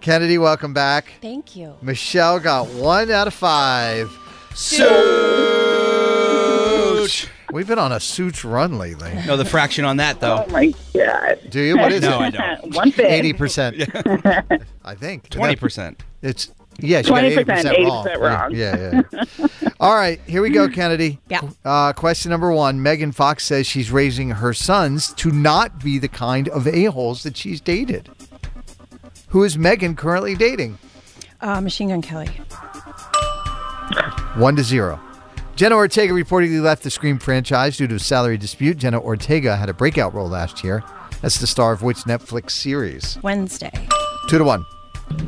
Kennedy, welcome back. Thank you. Michelle got one out of five. Such. We've been on a suits run lately. No, the fraction on that Oh though. my god. Do you? What is No, I it? don't. One thing. Eighty percent, I think. 20%. It's Yes, you got 20%, 80% wrong. 80% wrong. Yeah, yeah, yeah. All right, here we go, Kennedy. Yeah. Uh, question number one Megan Fox says she's raising her sons to not be the kind of a-holes that she's dated. Who is Megan currently dating? Uh, Machine Gun Kelly. One to zero. Jenna Ortega reportedly left the Scream franchise due to a salary dispute. Jenna Ortega had a breakout role last year. That's the star of which Netflix series? Wednesday. Two to one.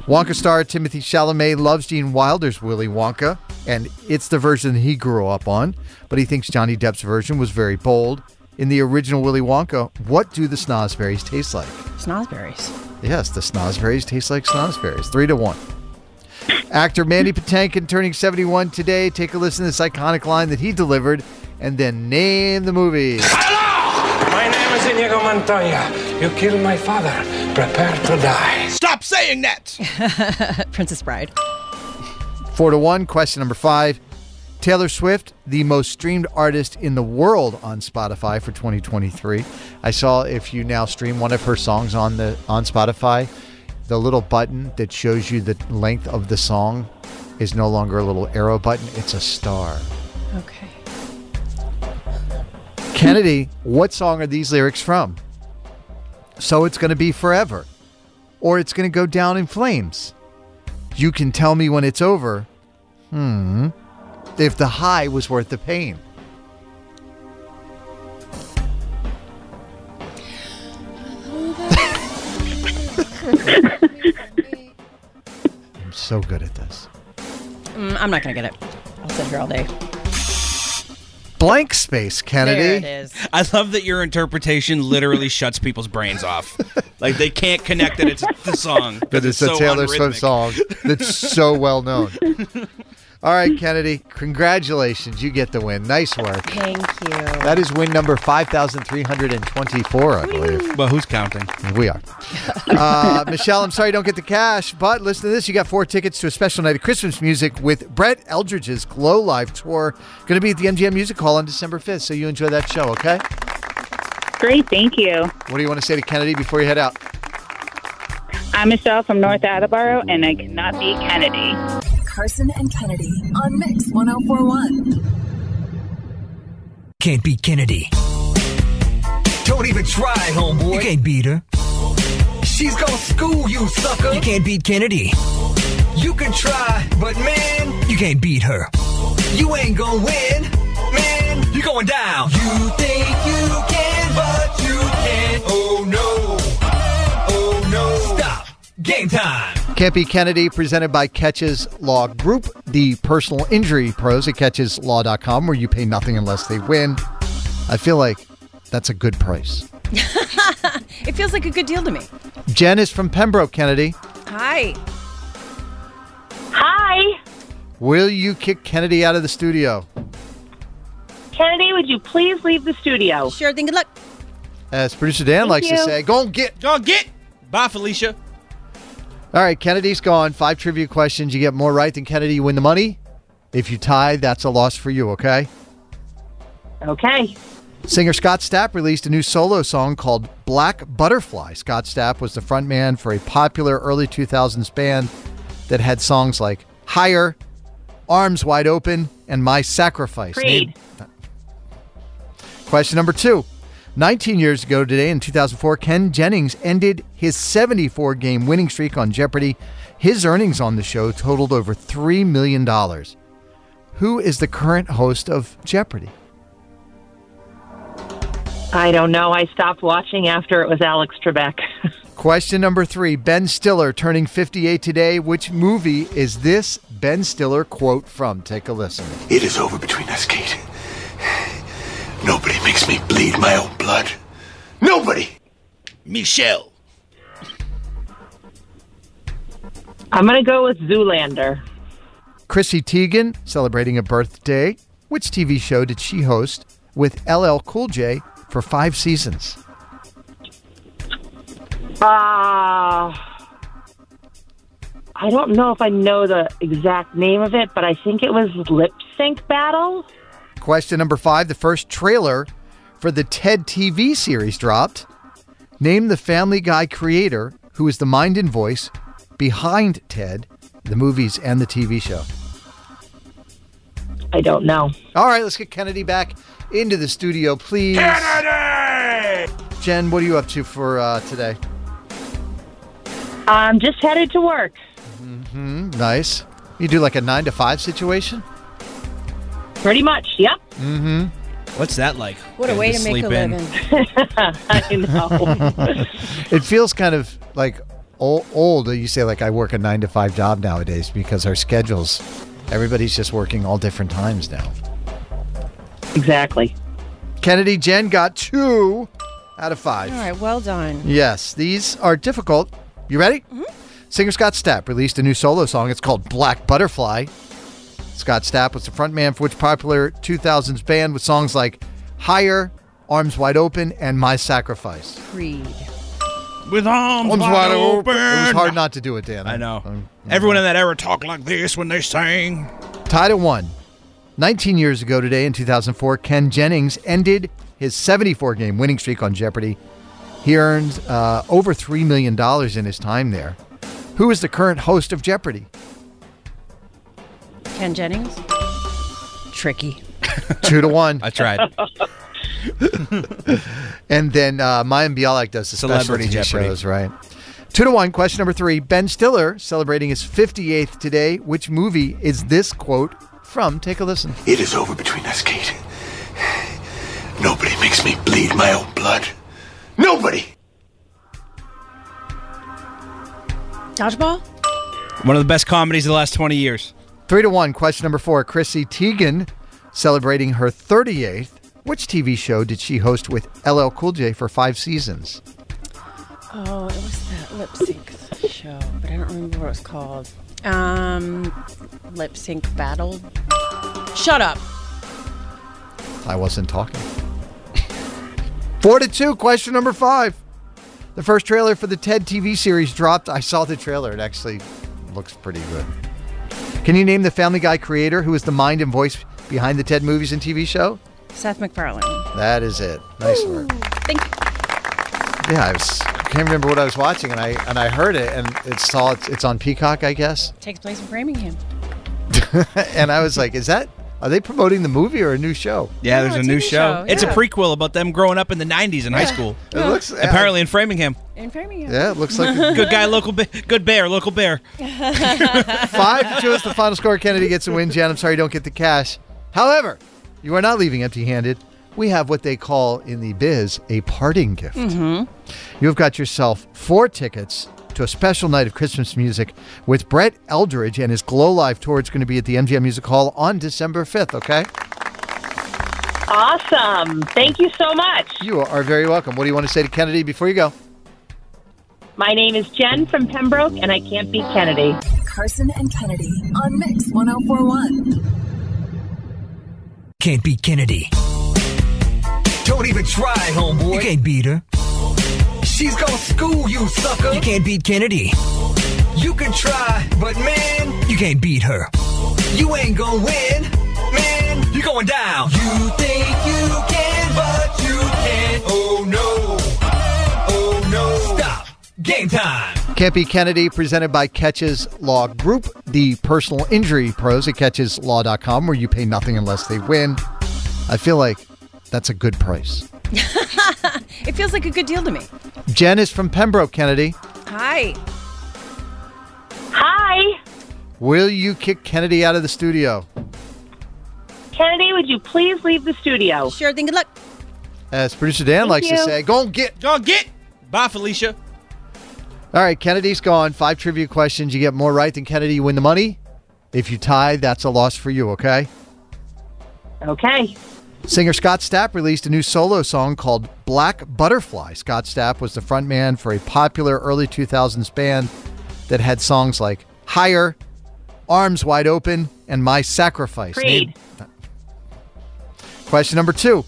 Wonka star Timothy Chalamet loves Gene Wilder's Willy Wonka, and it's the version he grew up on, but he thinks Johnny Depp's version was very bold. In the original Willy Wonka, what do the snozberries taste like? Snozberries. Yes, the snozberries taste like snozberries. Three to one. Actor Mandy Patinkin turning 71 today. Take a listen to this iconic line that he delivered, and then name the movie. My name is Inigo Montoya. You killed my father. Prepare to die. Stop saying that! Princess Bride. Four to one. Question number five. Taylor Swift, the most streamed artist in the world on Spotify for 2023. I saw if you now stream one of her songs on the on Spotify, the little button that shows you the length of the song is no longer a little arrow button, it's a star. Okay. Kennedy, what song are these lyrics from? So it's going to be forever, or it's going to go down in flames. You can tell me when it's over. Hmm. If the high was worth the pain. I'm so good at this. Mm, I'm not going to get it. I'll sit here all day. Blank space, Kennedy. There it is. I love that your interpretation literally shuts people's brains off. Like they can't connect that it's the song. But it's, a so Taylor unrhythmic. Swift song that's so well known. All right, Kennedy, congratulations. You get the win. Nice work. Thank you. That is win number 5,324, I believe. But who's counting? We are. Uh, Michelle, I'm sorry you don't get the cash, but listen to this. You got four tickets to a special night of Christmas music with Brett Eldridge's Glow Live Tour. Going to be at the MGM Music Hall on December 5th, so you enjoy that show, okay? Great, thank you. What do you want to say to Kennedy before you head out? I'm Michelle from North Attleboro, and I cannot be Kennedy. Carson and Kennedy on Mix 1041. Can't beat Kennedy. Don't even try, homeboy. You can't beat her. She's gonna school you, sucker. You can't beat Kennedy. You can try, but man, You can't beat her. you ain't gonna win. Man, you're going down. You think you can, but you can't. Oh no. Oh no. Stop. Game time. Can't be Kennedy, presented by Catches Law Group, the personal injury pros at catcheslaw.com, where you pay nothing unless they win. I feel like that's a good price. It feels like a good deal to me. Jen is from Pembroke, Kennedy. Hi. Hi. Will you kick Kennedy out of the studio? Kennedy, would you please leave the studio? Sure thing. Good luck. As producer Dan Thank likes to you. say, go and get. Go get. Bye, Felicia. All right, Kennedy's gone. Five trivia questions. You get more right than Kennedy, you win the money. If you tie, that's a loss for you, okay? Okay. Singer Scott Stapp released a new solo song called Black Butterfly. Scott Stapp was the frontman for a popular early 2000s band that had songs like Higher, Arms Wide Open, and My Sacrifice. Creed. Name- Question number two. 19 years ago today in 2004, Ken Jennings ended his 74 game winning streak on Jeopardy. His earnings on the show totaled over $3 million. Who is the current host of Jeopardy? I don't know. I stopped watching after it was Alex Trebek. Question number three Ben Stiller turning 58 today. Which movie is this Ben Stiller quote from? Take a listen. It is over between us, Kate. Nobody makes me bleed my own blood. Nobody! Michelle. I'm going to go with Zoolander. Chrissy Teigen celebrating a birthday. Which TV show did she host with LL Cool J for five seasons? Uh, I don't know if I know the exact name of it, but I think it was Lip Sync Battle. Question number five the first trailer for the TED TV series dropped. Name the Family Guy creator who is the mind and voice behind TED the movies and the TV show? I don't know. All right, let's get Kennedy back into the studio, please. Kennedy! Jen, what are you up to for uh, today? I'm just headed to work. Hmm, nice. You do like a nine to five situation? Pretty much, yep. Mm-hmm. What's that like? What a way to make a living. I know. it feels kind of like old, old. You say like I work a nine to five job nowadays because our schedules, everybody's just working all different times now. Exactly. Kennedy Jen got two out of five. All right, well done. Mm-hmm. Yes, these are difficult. You ready? Singer Scott Stapp released a new solo song. It's called Black Butterfly. Scott Stapp was the frontman for which popular 2000s band with songs like Higher, Arms Wide Open, and My Sacrifice. Creed. With arms, Arms wide, wide open. open. It was hard not to do it, Dan. I know. Everyone in that era talked like this when they sang. Tied at one. 19 years ago today in 2004, Ken Jennings ended his 74 game winning streak on Jeopardy. He earned uh, over $3 million in his time there. Who is the current host of Jeopardy? Ken Jennings. Tricky. Two to one. I tried. and then uh, Mayim Bialik does the Celebrity celebrity TV Jeopardy. shows, right? Two to one. Question number three. Ben Stiller celebrating his 58th today. Which movie is this quote from? Take a listen. It is over between us, Kate. Nobody makes me bleed my own blood. Nobody! Dodgeball? One of the best comedies of the last 20 years. Three to one. Question number four. Chrissy Teigen celebrating her 38th. Which TV show did she host with LL Cool J for five seasons? Oh, it was that lip sync show, but I don't remember what it was called. Um, lip sync battle. Shut up. I wasn't talking. Four to two. Question number five. The first trailer for the TED TV series dropped. I saw the trailer. It actually looks pretty good. Can you name the Family Guy creator who is the mind and voice behind the TED movies and TV show? Seth MacFarlane. That is it. Nice work. Thank you. Yeah, I was. I can't remember what I was watching, and I and I heard it, and it saw it's, it's on Peacock, I guess. Takes place in Framingham. and I was like, "Is that? Are they promoting the movie or a new show?" Yeah, there's a new show, show. It's a yeah. prequel about them growing up in the 90s in high school. It looks- apparently in Framingham. In Framingham. Yeah, it looks like a- good guy, local be- good bear, local bear. Five to two is the final score. Kennedy gets a win. Jan, I'm sorry you don't get the cash. However, you are not leaving empty handed. We have what they call in the biz a parting gift. You've got yourself four tickets to a special night of Christmas music with Brett Eldridge and his Glow Live tour. It's going to be at the MGM Music Hall on December 5th, okay? Awesome. Thank you so much. You are very welcome. What do you want to say to Kennedy before you go? My name is Jen from Pembroke, and I can't beat Kennedy. Carson and Kennedy on Mix 1041. Can't beat Kennedy. Don't even try, homeboy. You can't beat her. She's gonna school you, sucker. You can't beat Kennedy. You can try, but man, You can't beat her. you ain't gonna win. Man, you're going down. You think you can, but you can't. Oh no. Oh no. Stop. Game time. Can't be Kennedy, presented by Catches Law Group, the personal injury pros at catcheslaw.com, where you pay nothing unless they win. I feel like that's a good price. It feels like a good deal to me. Jen is from Pembroke, Kennedy. Hi. Hi. Will you kick Kennedy out of the studio? Kennedy, would you please leave the studio? Sure thing. Good luck. As producer Dan Thank likes to you. say, go and get. Go get. Bye, Felicia. All right, Kennedy's gone. Five trivia questions. You get more right than Kennedy, you win the money. If you tie, that's a loss for you, okay? Okay. Singer Scott Stapp released a new solo song called Black Butterfly. Scott Stapp was the frontman for a popular early 2000s band that had songs like Higher, Arms Wide Open, and My Sacrifice. Creed. Question number two.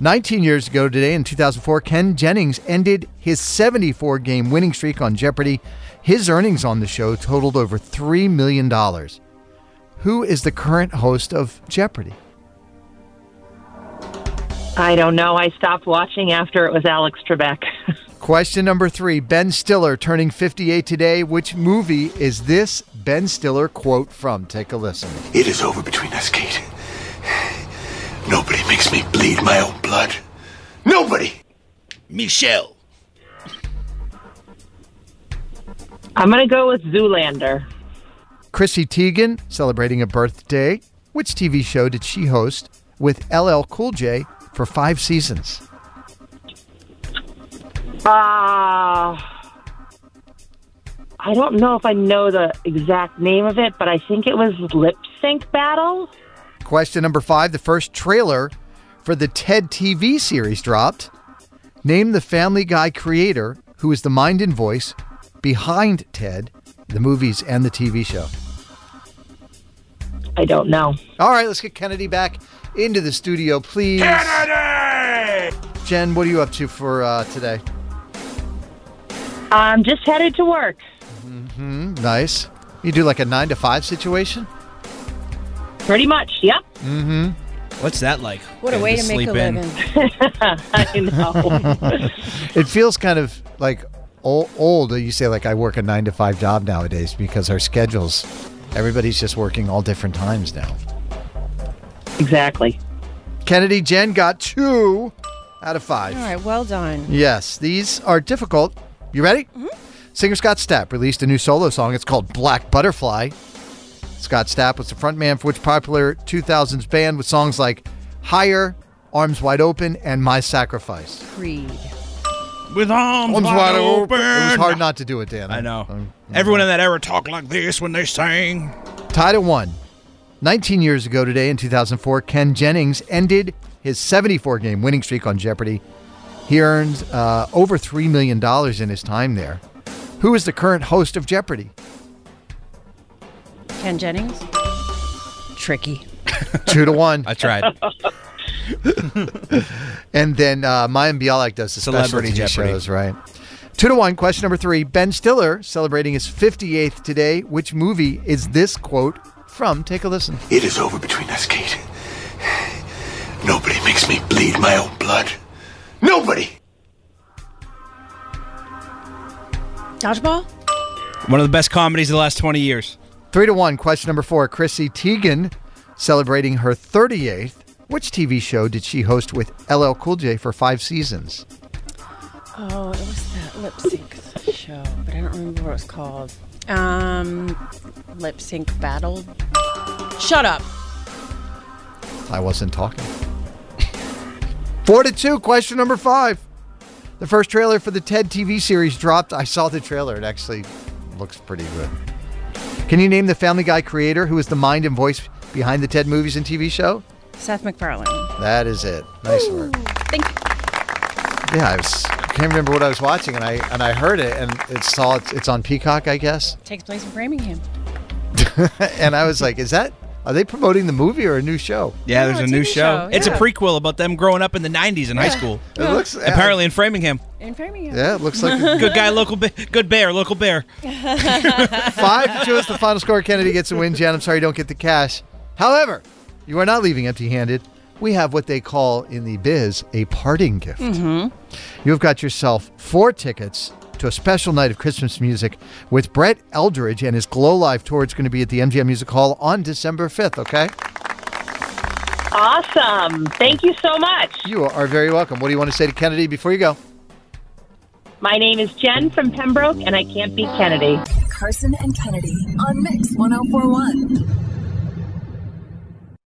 19 years ago today in 2004, Ken Jennings ended his 74 game winning streak on Jeopardy. His earnings on the show totaled over $3 million. Who is the current host of Jeopardy? I don't know. I stopped watching after it was Alex Trebek. Question number three Ben Stiller turning 58 today. Which movie is this Ben Stiller quote from? Take a listen. It is over between us, Kate. Nobody makes me bleed my own blood. Nobody! Michelle. I'm going to go with Zoolander. Chrissy Teigen celebrating a birthday. Which TV show did she host with LL Cool J for five seasons? Uh, I don't know if I know the exact name of it, but I think it was Lip Sync Battle. Question number five the first trailer for the TED TV series dropped. Name the Family Guy creator who is the mind and voice behind TED, the movies, and the TV show. I don't know. All right, let's get Kennedy back into the studio, please. Kennedy! Jen, what are you up to for uh, today? I'm just headed to work. Hmm, nice. You do like a nine to five situation? Pretty much, yep. Mm Mm-hmm. What's that like? What a Getting way to make sleep a in. living. I know. hmm. It feels kind of like o- old. You say, like, I work a nine to five job nowadays because our schedules, everybody's just working all different times now. Exactly. Kennedy, Jen got two out of All five. right, well done. Yes, these are difficult. You ready? Singer Scott Stapp released a new solo song. It's called Black Butterfly. Scott Stapp was the frontman for which popular 2000s band with songs like Higher, Arms Wide Open, and My Sacrifice. Creed. With arms, Arms wide, wide open. open. It was hard Um, not to do it, Dan. I know. Everyone in that era talked like this when they sang. Tied at one. 19 years ago today in 2004, Ken Jennings ended his 74 game winning streak on Jeopardy. He earned uh, over $3 million in his time there. Who is the current host of Jeopardy? Ken Jennings. Tricky. Two to one. I tried. and then uh, Mayim Bialik does the Celebrity celebrity TV Jeopardy. shows, right? Two to one. Question number three. Ben Stiller celebrating his 58th today. Which movie is this quote from? Take a listen. It is over between us, Kate. Nobody makes me bleed my own blood. Nobody! Dodgeball? One of the best comedies of the last 20 years. Three to one. Question number four. Chrissy Teigen celebrating her 38th. Which TV show did she host with LL Cool J for five seasons? Oh, it was that lip sync show, but I don't remember what it was called. Um, lip sync battle. Shut up. I wasn't talking. Four to two. Question number five. The first trailer for the TED TV series dropped. I saw the trailer. It actually looks pretty good. Can you name the Family Guy creator who is the mind and voice behind the TED movies and TV show? Seth MacFarlane. That is it. Nice work. Thank you. Yeah, I was. I can't remember what I was watching, and I and I heard it, and it saw it's, it's on Peacock, I guess. Takes place in Framingham. and I was like, "Is that? Are they promoting the movie or a new show?" Yeah, there's a, new show, show. It's a yeah. prequel about them growing up in the 90s in high school. It looks- apparently in Framingham. In Framingham. Yeah, it looks like good guy, local ba- good bear, local bear. Five to two is the final score. Kennedy gets a win. Jan, I'm sorry you don't get the cash. However, you are not leaving empty handed. We have what they call in the biz a parting gift. You've got yourself four tickets to a special night of Christmas music with Brett Eldridge and his Glow Live tour. It's going to be at the MGM Music Hall on December 5th, okay? Awesome. Thank you so much. You are very welcome. What do you want to say to Kennedy before you go? My name is Jen from Pembroke, and I can't beat Kennedy. Carson and Kennedy on Mix 1041.